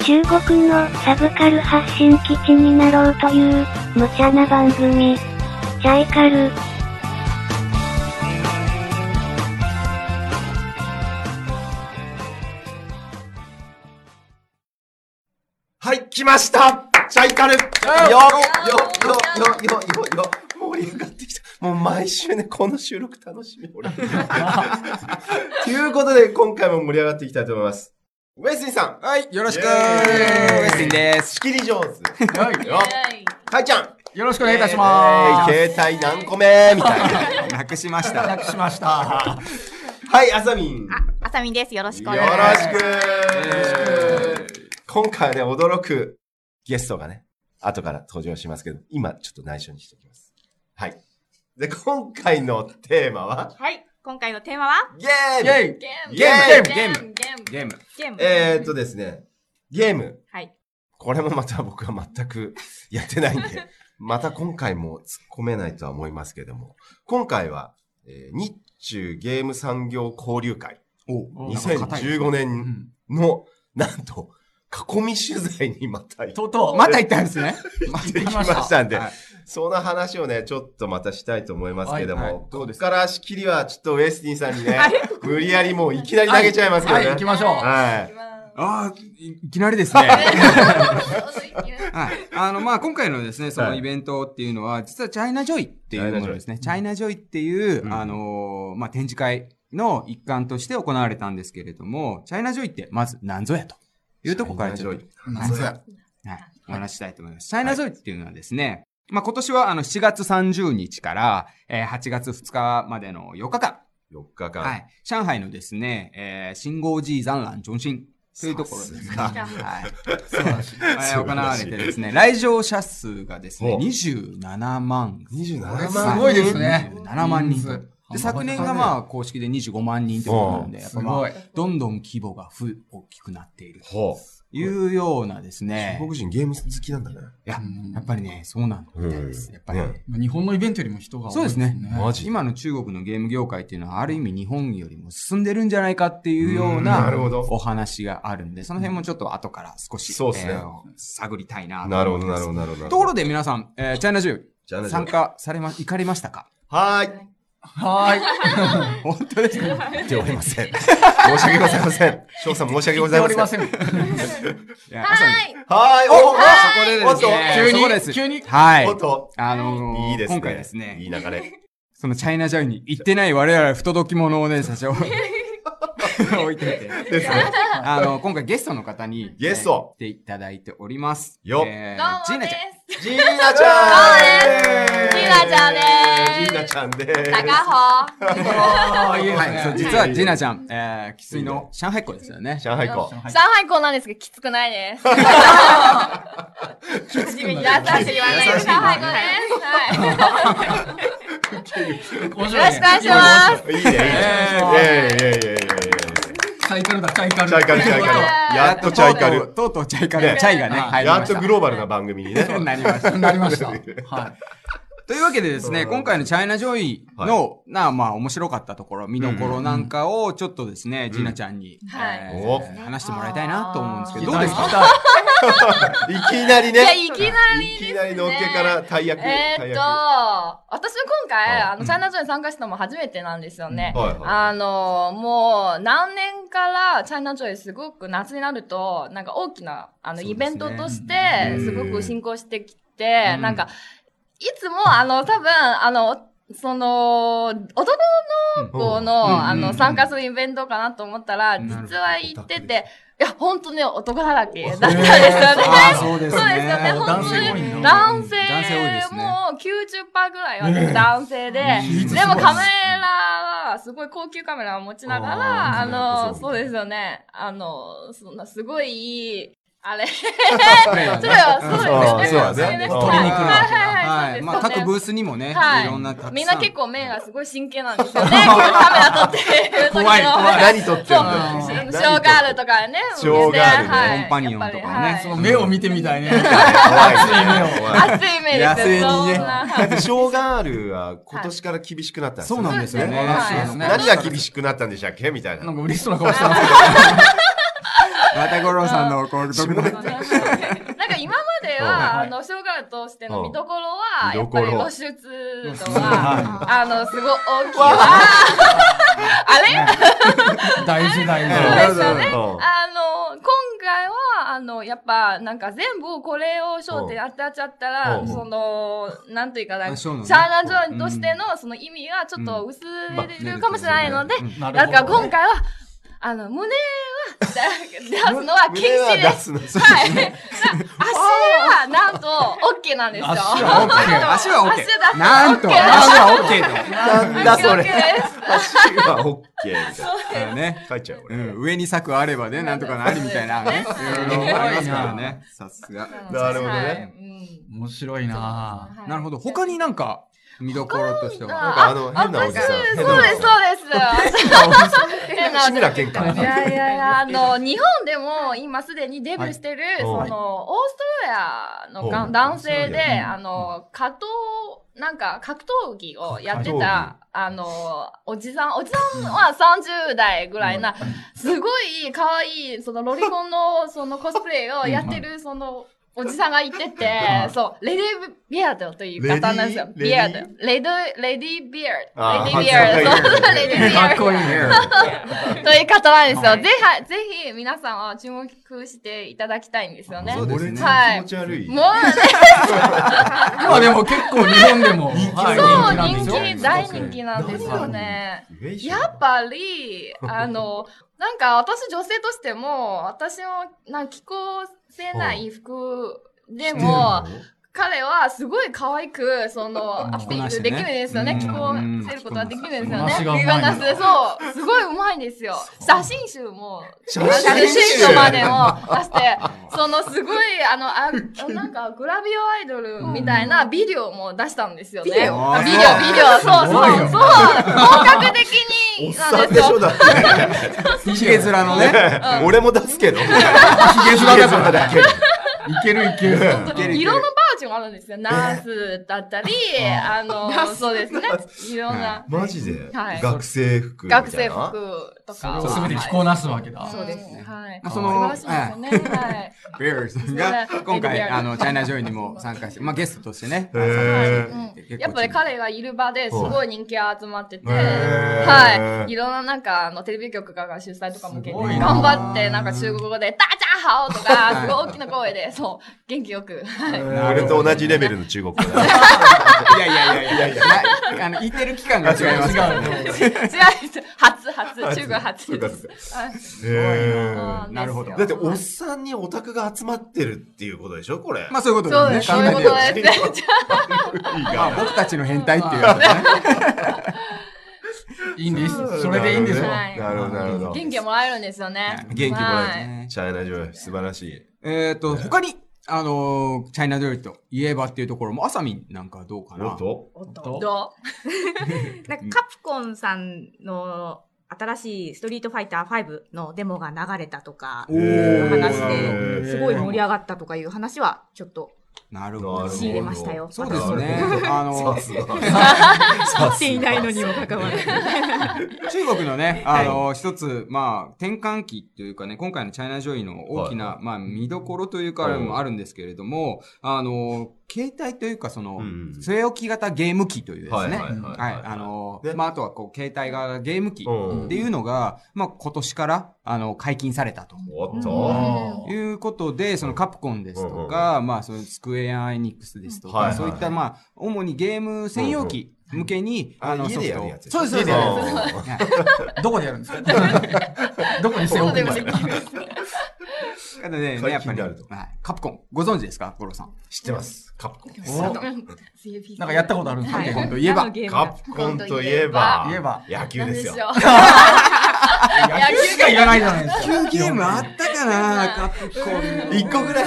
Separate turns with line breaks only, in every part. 中国のサブカル発信基地になろうという、無茶な番組。チャイカル。
はい、来ましたチャイカルよよよよよよよ盛り上がってきた。もう毎週ね、この収録楽しみ、俺。ということで、今回も盛り上がっていきたいと思います。ウェスリンさん
はい、よろしく
イエーイ
ウエスリンです。
仕切り上手
よ
はいちゃん
ろしくお願いいたしま
えー携帯何個目みたいな。
す。なくしました。なくしました。
はい、あさみん。よ
あさみんです。よろしくお
ろ
願いします。
しく今回はね、驚くゲストがね、後から登場しますけど、今ちょっと内緒にしておきます。はい。で、今回のテーマは、
はい。今回のテーマは
ゲーム
イェ
ゲ
イ
ムゲー
ムゲーム
ゲーム
ゲーム。
ゲーム
えー、っとですね、ゲーム。
はい。
これもまた僕は全くやってないん で、また今回も突っ込めないとは思いますけども、今回は、えー日中ゲーム産業交流会
お
2015年の、なんと、囲み取材にまた行って
とうとう。また行ったんですね。 ま
きましたんで
はい、
その話をね、ちょっとまたしたいと思いますけども、
はいはいどう
こ
で
こ
す
から仕切りはちょっとウエスティンさんにね、無理やりもういきなり投げちゃいますけど
は
ね。
い、行きましょう。
はい。
ああ、いいきなりですね。はい。あの、まあ、今回のですね、そ
は
の
い
イベントっていうのは、実はチャイナジョイっていうものですね。チャイナジョイっていう、あのー、まあ、展示会の一環として行われたんですけれども、チャイナジョイってまず何ぞやというとこからちょっと、
まずは
はい、お話ししたいと思います。チャイナジョイっていうのはですね、まあ、今年はあの7月30日から、えー8月2日までの4日間、
4日間。
はい、上海のですね、えー、新豪寺山蘭中心というところですね。はい。
素晴らしい。
えー行われてですね、来場者数がですね、
ほう
27万。
27
れ
万。
すごいですね
7万人
人数
で、昨年がまあ、公式で25万人ということなんで、やっ
す
ぱま
ご
あ、
い。
どんどん規模がふ大きくなっていると
ほう。
いうようなですね
中、国人ゲーム好きなんだね。
いや、やっぱりね、そうなんみたいです。
うん
やっぱりね、
ね
日本のイベントよりも人が多い。
そうですね
マジ
今の中国のゲーム業界っていうのは、ある意味日本よりも進んでるんじゃないかっていうよう
うん
な
なるほど
お話があるんで、その辺もちょっと後から少し、
そうですね
えー探りたいなと
なるほ
思
ど、
い
な
ま
る
す
ほど、なるほど。
ところで皆さん、えーチャイナジュ
チャイナジュ
参加されま、行かれまし たか
はーい。
はーい。
本当ですか
ではおりません。申し訳ございません。翔さん申し訳ございません。
ん。
いや
はい。
はーい。お
そこでですね、
急に
そこです
急に
はい
おっ。と。
あのー
いいですね。
今回ですね
いい流れ。
そのチャイナジャイに行ってない我々不届き者をね、社長、置いといて。
ですね。
あの、今回ゲストの方に、
ゲスト
えー来ていただいております。
よ
え
どう
ー
も
ジーナ
で
ち
す
ゃん。。
ジーナちゃん
ジーナちゃんです
ジーナちゃんです。
高穂。
ああ、いいです
はい、そう、
ね。
実はジーナちゃん、えー、生粋の上海っ子ですよね。
上海子。
はい
上海校なんですけど、きつくないです。優しい言わないで。上海校です。はい。
いい
よろしくお願いします。
面白いね
ね、いいね。いやいやいやいやいやいやいや。
チャイカルだ、チャイカル。
チャイカル、チャイカル。やっとチャイカル。
とうとうチャイカル、
ね
チャイがね、入り
や
ま
っ
した。
とグローバルな番組にね。
なりま した。
なりました。はい。
というわけでですね、
うん
今回のチャイナジョイの、なあまあ面白かったところ、見どころなんかをちょっとですね、ジーナちゃんに、
はい
えー
お
話してもらいたいなと思うんですけど、
ど
ど
う
う
で
ですすか
か
いきなり
いや、
ね。
いきなり
いきなりのっけから大役。
えー、
大
っと、
役
私今回、
あ
あの、チャイナジョイに参加したのも初めてなんですよね。
はいはい
あの、もう、何年からチャイナジョイすごく夏になると、なんか大きな、あの、
そうですね
イベントとし
う
て、
ん
すごく進行してきて、
うん
なんか、いつも、あの、多分、あの、その、男の子の、
うんうん
あ
う
の、
ん
参加するイベントかなと思ったら、
なるほど
実は行って
オタクで
て、いや、本当に男だらけだったんですよね。
あーそうで
そうですよね、
もう
本
男
当
性多い
に。
の
男性
男性多いですね
もう90%ぐらいはね男性で、 でもカメラは、すごい高級カメラを持ちながら、
あー
あの、
そ
そうう
なんだ
ですよね、あの、そんなすごいいい、あれ、そ
ね
れはそうですよね。
そうだね
れです
取りに来る
はいはいは、
は
そ
いい。
うです
まあ、各
そう
ブ
です
ースにもね、、
はい
ろんなたくさ
い。
ん
みんな結構目がすごい真剣なんですよね。こういうカメラ撮ってる時の。
怖い怖い
何撮ってんだ
そ
よ
うショーガールとかね。
ショーガールね
はい
コンパニオンとかね
やっぱりはい
その目を見てみたいね。
怖いね。怖い
熱い目ですよ。
野生にね
そんな
だってショーガールは今年から厳しくなったんです
そ
よ
う
ね
なんですよね。
はい
そうですね
何が厳しくなったんでしたっけみたいな。
なんか嬉しそうな顔してます
また五郎さんのこう独特
な
なん
か今までは、あの、小学としての見どころは、やっぱり露出とか、あの、すごい大きいわ。あれ
大事大
そ うで
事。
すよね。
うん
あの、今回は、あの、やっぱ、なんか全部これを焦点当てちゃった
う
ら、
ん
その、なんというかな、
あ
シ
そう
ャ
な
ー
の
ナジョーンとしての、その意味がちょっと薄れるかもしれないので、
な
だから
ほど
今回は、あの、胸は、だ出すのは禁止
胸は
で
出
す。
すの
はい。だ足は、なんと、OK なんですよ。
足
は OK
足
足は OK
足出すのは
なんと、
OK
ラはオッケーと。
なんだそれ。
足 OK です
足が OK みたいな。
あのね、
書いちゃう
う
俺。
ん、上に策あればね、なんとかなりみたいなね、いろいろありますからね。さすが。
なるほどね
はいうん
面白いなぁ。
はい
なるほど。他になんか見どころとして
他に
は。
なんかあの、変なおじさん。
そうです、
変
そう
なお
で
じ
す、
さん
そうです。
志村けんか
いやいやいや、あの、日本でも今すでにデビューしてる、そ
はい
の、オーストラリア
う
の
ん
男性
オーストラ
で、あの、格闘、なんか格闘技をやって
格闘技
た、あの、おじさん、おじさんは30代ぐらいな、すごい可愛い、そのロリコンの、そのコスプレをやってる、その、おじさんがいてて、そう、レディビアードという方なんですよ。
レディ
ビアード
レ。
レド、レディビアー
あ
ド。
ー
レディビアード。
かっこいい
そうレディビアード。
かっこいいね。
という方なんですよ。
はい
ぜひ、ぜひ皆さんは注目していただきたいんですよね。
そ
も
う
う
で
ね、
すね
はい。気持ち悪い。
今でも結構日本でも。人
気なん
そう、
なんです
人
よ
気、大人気なんですよね。やっぱり、あの、なんか私女性としても、私も、なんか着こせない服でも、彼はすごい可愛く、その、アピールできるんですよね。
着
着
こ
こ
なしてね
せることはできるんですよ
うん
ね。
着
着
こ
こ
な
な
し
し
が
て、そう、すごいうまいんですよ。写真集も、
写
写真集まで
も。
も出して、そのすごい、あの、あなんかグラビオアイドルみたいなビデオも出したんですよね。ビデオ
あー
ビデオ、そう
すごいよ
そう、そう、本格的
おっ
にな
さ
ん
ん
で
ですし
よ
ょ。だって。
ひげ面のね、
俺も出すけど。
ひげ面だからね。
けど。
いけるいける。
いけるいけ
い
る
ろんなバージョンあるんですよ。ナースだったり、あの、そうですね。いろんな
マジで
はい
学生服みたいな。
学生服と
それ
か
を
は。
すべて着こなすわけだ。
はいそうですね。はい。
まあ
素
その
晴らしいですよね。はい。
ベアーさんが今回あのチャイナジョイにも参加して、まあゲストとしてね。
へー
うん
やっぱり彼がいる場ですごい人気が集まってて、
へー
はい。いろんななんか、あの、テレビ局から主催とかも受けて、
すごいな
頑張って、なんか中国語で、ダチャハオとか、
い
すごい大きな声で、そう、元気よく。はい
俺と同じレベルの中国語だね。
いやいやいやいやいや。 なあの言ってる期間が違いますからね。
違うです。初、初、中国
そう
初
か
で
そう
す
か。
はい
へ
そう
ー
んですよ
なるほど
だって、おっさんにオタクが集まってるっていうことでしょこれ。
まあそういうこと
そうで、
ですす
そ
ね。
ういうことですね。
まあ僕たちの変態っていうやつね。
いいんです。それでいいんですよ。
はい
なるほど、なるほど。
元気もらえるんですよね。
元気もらえる
はい
ね。
チャイナジョイ、素晴らしい。
えっと他にあのチャイナジョイと言えばっていうところも、あさみんなんかどうか
お
な
っ。と
おっと
ど
ど
なんかカプコンさんの新しいストリートファイター5のデモが流れたとか、
おー
話
へ
で
ー
すごい盛り上がったとかいう話はちょっと
なるほど。
仕入れましたよ。
そうですね
なるほ。
あ の
さすが
買っていないのにもかかわらず。
中国のね、あの、一つ、まあ、転換期というかね、今回のチャイナジョイの大きな、まあ、見どころというか、あれもあるんですけれども、あの、携帯というか、そ
う
の
んうん、
据え置き型ゲーム機というですね、
はいはいはいはい
はい、あの
ね、
まあ、あとは、こう、携帯がゲーム機
うん
っていうのが、まあ、今年から、あの、解禁されたと。
おっと
あ
いうことで、そのカプコンですとか、まあ、そのスクエアエニックスですと
はいは
か、
い
そういった、まあ、主にゲーム専用機向けに、
あの、
の、
家
ソ
で
フ
や
ト
る
を
やつ。
そうですそうです
す。
はい
ーどこでやるんですかどこにしてお
う
くん
で
で
もですき
か
るんですね。
ただ
最
ね、
近
やっぱり、
であ
は
ると
い、カプコン、ご存知ですか五郎さん。
知ってます。カプコンです。
おなんかやったことあるんですか
はい
結
今度
構
言えば
何のゲームだ
カプコンといえば、
言えば
野球
なん
で
です
よ
し。ょう。
野球しか言わないじゃないですか。
野球ゲームあったか なカプコン。
一個ぐらい。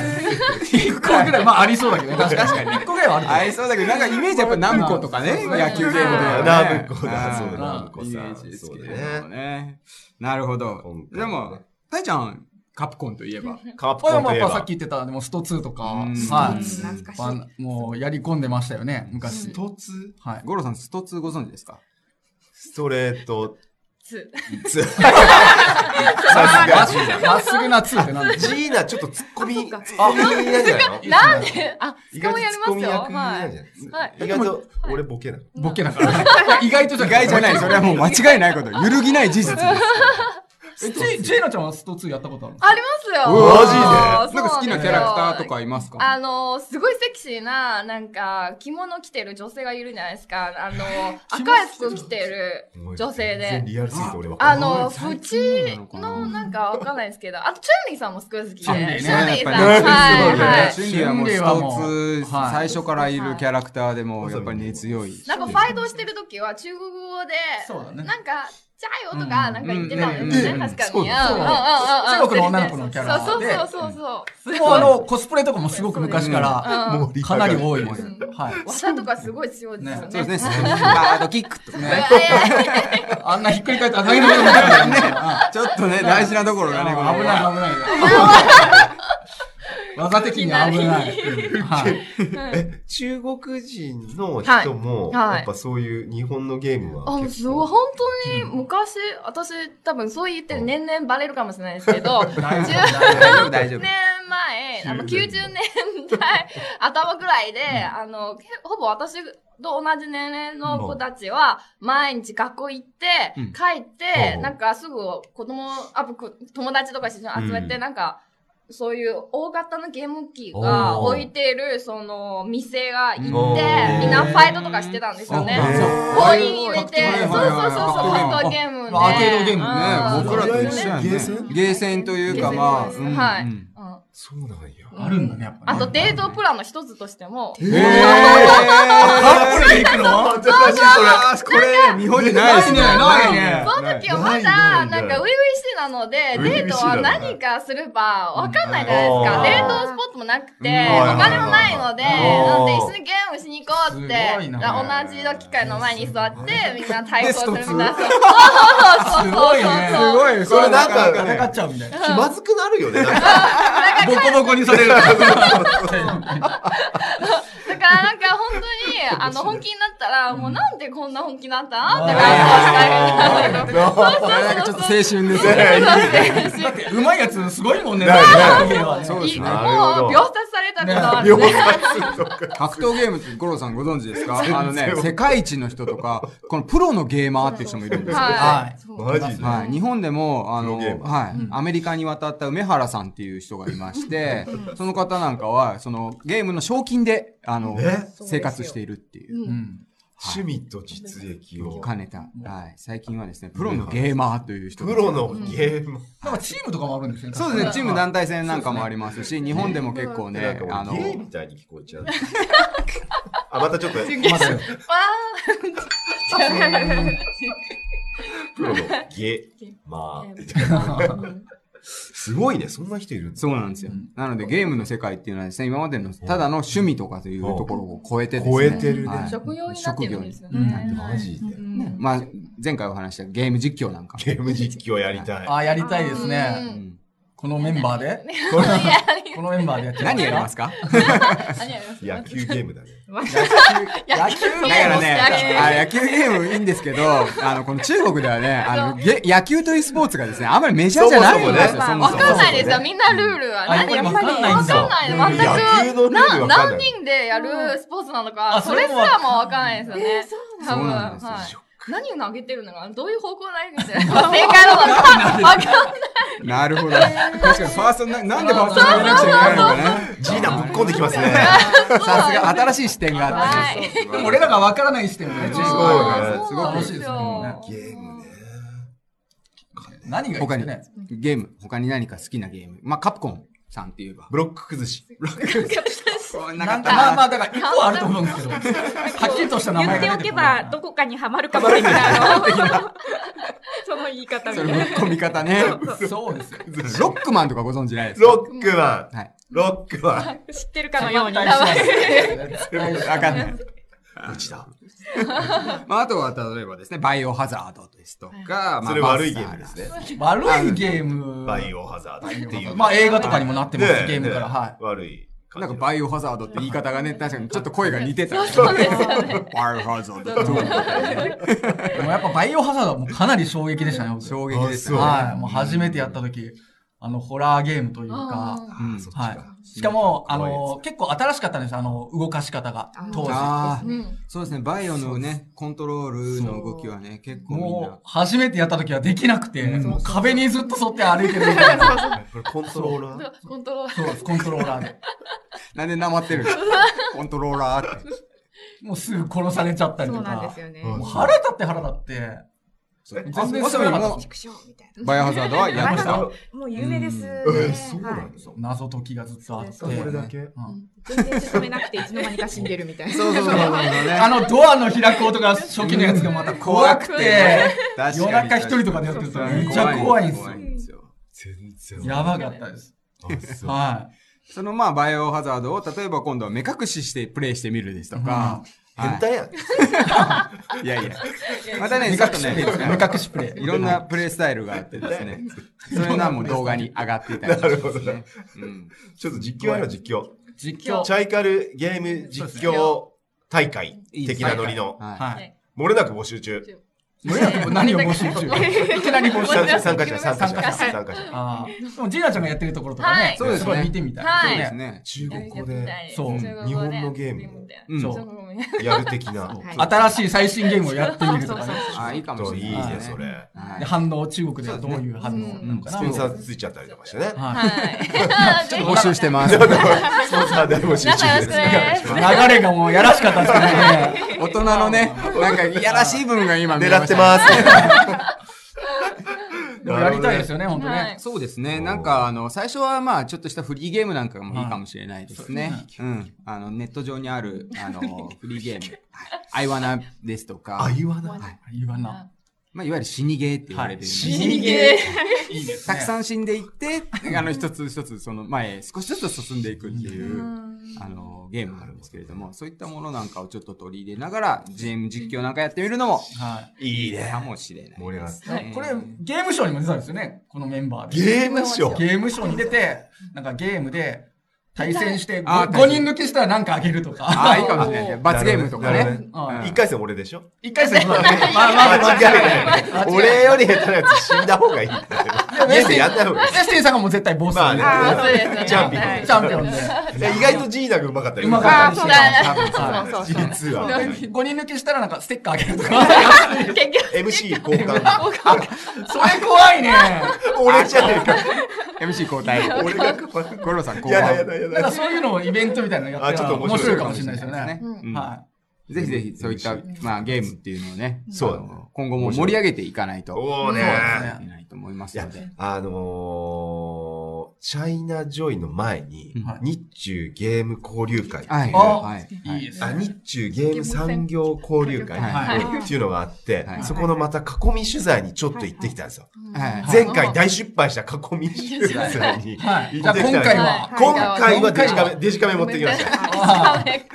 一個ぐらい、まあありそうだけどね。確かに。一個ぐらいはあるけど
ありそうだけど、なんかイメージやっぱナムコとかね、
そう
野球ゲームではね。
ナムコだ、
あー
そうだ、ナムコ
イメ
さ
ー
ん。
ジです
そ
け
う
れ
だ
ども
ね。
ね。なるほど
今。
で
回はね
も、たいちゃん、カプコンといえば。
カプ
これ
コ
は
ンと
ま
いえ
あさっ
ば
き、言ってた、でもスト2とか、
うん
はい
スト2懐かしい
まあもうやり込んでましたよね、昔。
一つ
はい。
五郎さん、スト2ご存知ですか
ストレート、
つ
つ、
まっすぐまっすぐな2ってなん だ
ジーナちょっと突っ込み、
か
突っ込みなんじゃないの
なんで、あ、
意
スカ
外と
もやり
ツッ
ま
コ
す
ミ
よ。
役な
は
んじ
い。
ゃな
はいい
意外と俺ボケなの。
ボケだから。意外とじゃ
意外じゃない。それはもう間違いないこと。揺るぎない事実です。
えジェジェイナちゃんはスト2やったことあるの
ありますよ。
マ
なんか好きなキャラクターと
か。
かいますか
あのー、すごいセクシーな、なんか、着物着てる女性がいるじゃないですか。あのー、赤い服着てる女性
全然
で。
リアルすぎて俺わか
あ
んない。
の
すご
ー、
い
うち
最近なのかな
の、なんかわかんないですけど、あと、チュンリーさんもすごい好きで。チ
チュンリーね
ュンリーさん。
やっぱりね
はい、はい。
シンディはもう
シンディはもう
一つ
はい
最初からいるキャラクターでもやっぱり根強い。
なんかファイトしてる時は中国語で、
そうだね
なんか、チャイオとか、なんか言ってたんです
う
ね、
ん
確かに。
そうだ
そ
う
うだ
んうんうんうん
中国の女の子のキャラで
そうそうそうそうそう。
もうあの、コスプレとかもすごく昔から、
うん
うリ
かなり多い
も
で
ん
す
うん。
はい。
技とかすごい強いですよ
そう
ね。
ですね。ガードキックとか
え
ね。
ー
あんなひっくり返ってあんなになるんだね。
ちょっとね、大事なところ
危
が
な
ね、
い
これ
危ない。技的には危ない。はい。
え、中国人の人も、
はいはい
やっぱそういう日本のゲームは
あ、
結
すご
構。
い、本当に昔、私多分そう言ってる年々バレるかもしれないです けど、
大丈
大丈夫、大丈
10
夫。
年前、あの90年 代頭ぐらいで、あの、けほぼ私と同じ年齢の子たちは、毎日学校行って
うん、
帰って、
うん
なんかすぐ子供、あこ友達とか一緒に集めて、
うん
なんか、そういう大型のゲーム機が
おー
置いている、その、店が行って、
お
ー
みんなファイトとかしてたんですよね
そうなん。だ
コイン入れて、
はい
そう
は
そ
いはい
うそうそう、
格
格
闘
闘
ゲ
ゲ
ー
ームで。
あアーケードゲームね
うん
僕らと一緒やね。
ゲ
ゲ
ー
ー
セ
セ
ン
ンというか、まあ、
ゲーセ
う
ン
ん
はい
うん
うん
そうなんや。
あるんだね、やっぱ
あ
ね。
と、デートプランの一つとしても、
えー、
プルで行くの
新しいそれ。
これ、日本にないですね。
ないね
その時はま
な
だ、
いな
ないん
ない
か、初々しいなの
初
で、
々しい
デートは何かすれば、わかんないじゃないです
うん
か。デートスポットもなくて、お
うん
金もないので、なんで
うん
一緒にゲームしに行こうっ
すごい
て、
ね
だ同じの機械の前に座って、みんな対抗するみたいな。
すごいね。
すごい、
それなんか
なか
戦
ね
っちゃうみたいな。
気まずくなるよね。なん か
ボコボコにさ れる。
だからなんか本当に、あの、本気になったら、もうなんでこんな本気になったのって感想して
なんかちょっと青春ですね。
あげる。
だって、うまいやつすごいもんね。
そうです
い
ね
もう。
なるほど
秒殺されたこ とある
秒
ね。
殺とか。
格闘ゲームって五郎さんご存知ですかあのね、世界一の人とか、このプロのゲーマーっていう人もいるんですよ。
は。
はい
そう
マジで。
はい、日本でも、あの、
プロゲーマ
はい、アメリカに渡った梅原さんっていう人がいまして、 その方なんかは、その、ゲームの賞金で、あの
え、
生活しているっていうう、
ん
趣味と実益を。
兼ねた、はい、最近はですね、プロのゲーマーという人。
プロのゲーム。
なんかチームとかもあるんですよね。
そうですね、チーム団体戦なんかもありますし、日本でも結構
なん
ね
か、
あの
俺、ゲーみたいに聞こえちゃう。あ、またちょっと、
わ
プロのゲーマーって言っちゃう。すごいね、そんな人いるんだ。
そうなんですよ。なので、ゲームの世界っていうのはですね、今までのただの趣味とかというところを超えてですね。
超えてるね
はい
職業になってるんですよ
職業に
ね。
マジで。
ねまあ、前回お話ししたゲーム実況なんか。
ゲーム実況やりたい。
あ、やりたいです
う
ね。
ん
このメンバーで。このメンバーでやって
何やりますすか
何やります
野球ゲームだね。
だか
野球
らね、あ野球ゲームいいんですけど、あの、この中国ではね、あの、げ野球というスポーツがですね、あんまりメジャーじゃないんですよ、
そ
そ
も
も
わ
そも。
かんないですよ。みんなルールは
あや
何
っぱり
やっぱ
わ
りわ
かんないんだ
かんない。
野
全
球の
く。
ルールわ
な
かんない
何人でやるスポーツなの
あ
か、
そ
そ
れ
れ
も
す
わからん
もわかんないですよね。多
そう
分、
なんですよ
はい。何を投げてるのか、どういう方向を投げてるのか、正解なのか、わかんない。
なるほど。確かにファーストな、なんでファーストにならなくちゃいけないのかね。
ジーナぶっ込んできますね。
さすが、新しい視点があっ
はい
て。
俺らがわからない視点で、
すごいね
そうなんです
すごく楽しいですね
よ。
ゲームね。
何がいい
他
で
に
すかね。
ゲーム、他に何か好きなゲーム。まあ、カプコンさんって言えば。
ブロック崩し。
こんな
なん
方
かまあまあだから一個はあると思うんですけど、はっきりとした名
言
前が
ってお
出て
け
こな
ば
い、
どこかにはまるかもしれない。あのその言い方みた
そ
い
れ
な
ぶっ。込み方ね。
そうですよ。
ロックマンとかご存知ないですか
ロックマン。
はい。
ロックマン。
知ってるかのように。
わかんない。
うちだ。
まあ、あとは例えばですね、バイオハザードですとか、まあ
それ悪いゲームで。
バッサ
すね。
悪いゲーム。
バイオハザードっていう。。
まあ映画とかにもなってます、ゲームから。はい
悪い。
なんかバイオハザードって言い方がね、確かにちょっと声が似てた。
そうですよね。
バイオハザード
でもやっぱバイオハザードはもうかなり衝撃でしたね、僕
衝撃ですね。
はい。もう初めてやった時、あの、ホラーゲームというか、
あ
うん
そっち
はい
か。。
しかも、あ
可愛いや
の、結構新しかったんですよあの、動かし方が
あ、
当時。
あ
ー
ー
うん。
そうですね、バイオのね、コントロールの動きはね、結構みんな
もう、。初めてやった時はできなくて、
うん
もう壁にずっと沿って歩いてるみたいな。
つこれコントローラー。
コントロール。
そうです、コントローラーで。
なんでなまってるんですか コントローラーって。
もうすぐ殺されちゃったり
そ
と
うなんで
か
す。よね。
うん
もう腹立って腹立って。
え
完全
わさ
にそ
び
れなかっ
も
畜生みたいな。
バイオハザードはやりまし
バイオハ
た
ザ。ードもう有名ですね。
うん
えー、そうな
は
の
い
謎解きがずっとあって。
そ
これだけ。
うん
全然進めなくていつの間にか死んでるみたい な。
そうそうそうそう
あ
ね。
のドアの開く音が初期のやつがまた怖くて、夜中一人とかでやってるとめっちゃ怖いんですよ
怖ですよ。
全然。
やばかったです。
あそう
は
そのまあ、バイオハザードを、例えば今度は目隠ししてプレイしてみるですとか。はい
変態やん。
いやい や。またね、ちょっとね、
い。目隠しプレイ。
いろんなプレイスタイルがあってですね。 それがもう動画に上がっていたりしますね。うん
ちょっと実況やろう、実況。
実況。
チャイカルゲーム実況大会的なノリの。
はい
はい。
漏れなく募集中。
どれだと何を募集中いきなり募集
参
中。
加参加者、参加者、
参
参加者。
ああ。でも、ジーナちゃんがやってるところとか
は
ね
い、
そうですね
ごい見てみたい。
はい
そう
そう
です
ね
ね。
中国語で
そう
日本のゲーム
うん
そう
やる的な。
新しい最新ゲームをやってみるとかね。
あ、いいか
ちょっ
も
と
し
い
れ
い
ない
ね、
です
そ
ね。
れ。
はい
で反応、中国ではどういう反応なのか
ス
な。
ポンサーついちゃったりとかしてね。
はい
はい。ちょっ
募集してます。
スポンサー大募集
皆さ
中
んよろしく
で
ね
す。。
流れがもうやらしかったですからね。
大人のね、なんかいやらしい部分が今見え
狙
ま
っ
してた。
ます。
でもやりたいですよね、本当
は
ね
い。
そうですね。なんか、あの、最初はまあ、ちょっとしたフリーゲームなんかもいいかもしれないですね。うん。あの、ネット上にある、あの、フリーゲーム。アイワナですとか、
あ、言わない。
言わな。
まあ、いわゆる死にゲーって言われてる、
死に
ゲ
ー。いいです
たくさ
ん。
ん死んでいって、あの、一つ一つ、その前へ少しずつ進んでいくっていう、あの、ゲームがあるんですけれども、そういったものなんかをちょっと取り入れながら、GM 実況なんかやってみるのも、
はい
いね。
かもしれない。
盛り上がって。
い。これ、ゲームショーにも出たんですよね、このメンバーで。
ゲームショー。
ゲームショーに出て、なんかゲームで対戦して、
あ
5
対戦
人抜きしたらなんかあげると
あ
か。
あ、いいかもしれない。罰ゲームとか
なる
ね
ほど。ね
うん
一回戦俺でしょ
一回 戦そうだね。まあまあまあ、
間違いない。
間違いない
俺より下手なやつ死んだ方がいいんだよ。家でやんない方がいい。
エスティンさんがもう絶対ボスなんで、
まあね
あそうですね。
チャンピオン
はい
チャンピオンで。
え意外とジーナがうまかったよ。
うまかったりして
あ
は
そうそうそう。
実は。
い。5人抜きしたらなんかステッカーあげる とか。
結
MC
局
交換。
それ怖いね。
俺じゃねえか。
MC 交代。
俺が配る
五郎さん交
やだや
代。
だや
なんか
だ。
そういうのをイベントみたいなのやって
あ
た
ちょ
ら
っと
面
面
白
白
い
いか
かも
も
し
し
れ
れ
な
ないい
で
ですす
よ
よ
ね
ね。
うん
は
ぜひぜひそういった、まあ、ゲームっていうのをね、
そうだ
あ
ね
の今後も盛り上げていかないと
おー
そうで
ね
す。
いけないと思いますので。
あのー、チャイナジョイの前に
うん、
日中ゲーム交流会。
はい。
あ
はい。
い。いいです
あ
ね。
日中ゲーム産業交流会
はい
うんっていうのがあって、
はい
そこのまた囲み取材にちょっと行ってきたんですよ。
はい
前回大失敗した囲み取材に行
は
ってき
い。じゃ
たん
あ
です
今回は、
今回は
今回は
デジカメ、デジカメ持ってきました。
あーデ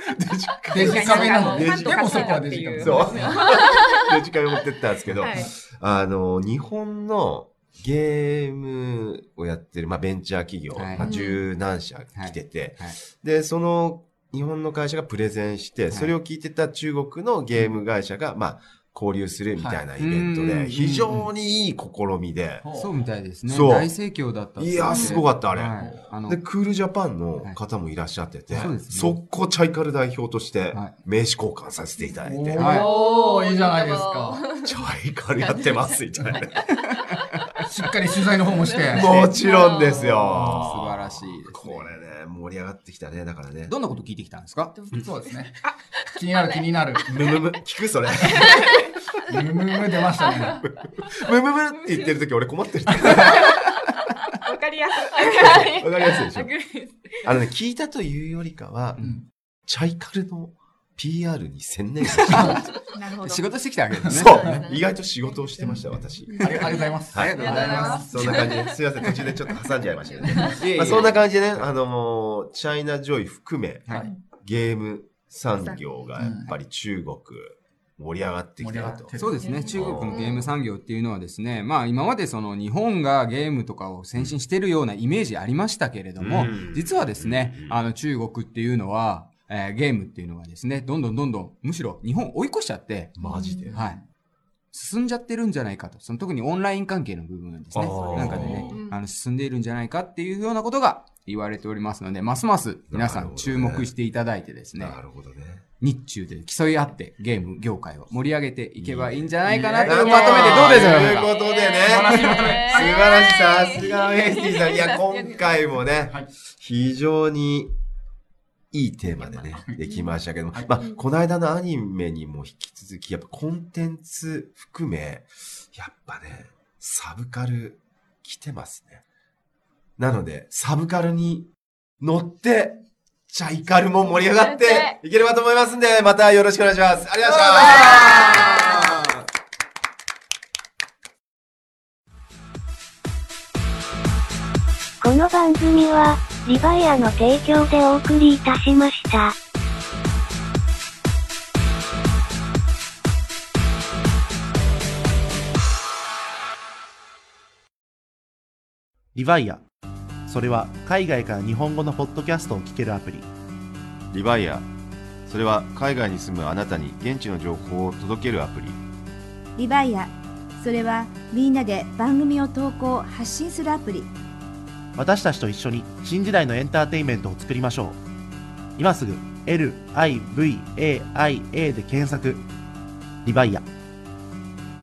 デ
ジカメなの。
デ
で
ジカメ
もそこはデジカメ。
そう。デジカメ持ってったんですけど、
はい
あの、日本のゲームをやってる、まあ、ベンチャー企業、
はい
まあ、十何社来てて、
はいはい
で、その日本の会社がプレゼンして、
い
それを聞いてた中国のゲーム会社が、まあ、交流するみたいなイベントで、
はいうん
非常にいい試みで、
そうみたいですね。
そう
大盛況だったって
い
言って。
やー、すごかった、あれ。
はい。あの
で、、クールジャパンの方もいらっしゃってて、
はいそうですね
速攻チャイカル代表として
はい
名刺交換させていただいて、
はい
おー、いいじゃないですか。
チャイカルやってますみたいな。
しっかり取材の方もして。
もちろんですよ。
素晴らしいですね
これね、盛り上がってきたね、だからね。
どんなこと聞いてきたんですか
そうですね。気になる気になる。
ムムム、聞くそ れ。
ムムム出ましたね。
ムムムって言ってる時俺困ってる。 わ
わかりやす
かりやすいでしょ。
い。
あのね、聞いたというよりかは、
ん
チャイカルの PR に専念してた。
なるほど。
仕事してきたわけですね。
そう 意外と仕事をしてました、私。
ありがとうございます。
ありがとうございます。
そんな感じです。すいません、途中でちょっと挟んじゃいましたけどね。
いえいえ
まあ、そんな感じでね、あのーチャイナジョイ含め、
はい
ゲーム産業がやっぱり中国、盛り上がってきてる
盛り上が
と
って。る
そうですね。中国のゲーム産業っていうのはですね、まあ今までその日本がゲームとかを先進してるようなイメージありましたけれど
う
も、
ん
実はですね
う、ん
あの中国っていうのは、えーゲームっていうのはですね、どんどんどんどん、むしろ日本を追い越しちゃって、
マジで。
はい。進んじゃってるんじゃないかと。その特にオンライン関係の部分ですね
あー。
なんかでね
う、ん
あの、進んでいるんじゃないかっていうようなことが言われておりますので、ますます皆さ
なる
ん
ほどね
注目していただいてですね、
なるほどね。
日中で競い合ってゲーム業界を盛り上げていけばいいんじゃないかなと
い
い
や
うまとめてどうでしょう
という
か
ことでね
え
素
ー
晴らしい、さすがウェイティさん。いや、今回もね
はい、
非常にいいテーマでね、できましたけども、まあ、この間のアニメにも引き続き、やっぱコンテンツ含め、やっぱね、サブカル来てますね。なので、サブカルに乗って、ジャイカルも盛り上がっていければと思いますんで、またよろしくお願いします。ありがとうございました。
この番組は、リバイアの提供でお送りいたしました。
リバイア。それは海外から日本語のポッドキャストを聞けるアプリ。
リバイア。それは海外に住むあなたに現地の情報を届けるアプリ。
リバイアそれはみんなで番組を投稿発信するアプリ
私たちと一緒に新時代のエンターテインメントを作りましょう。今すぐ LIVAIA で検索。リバイア。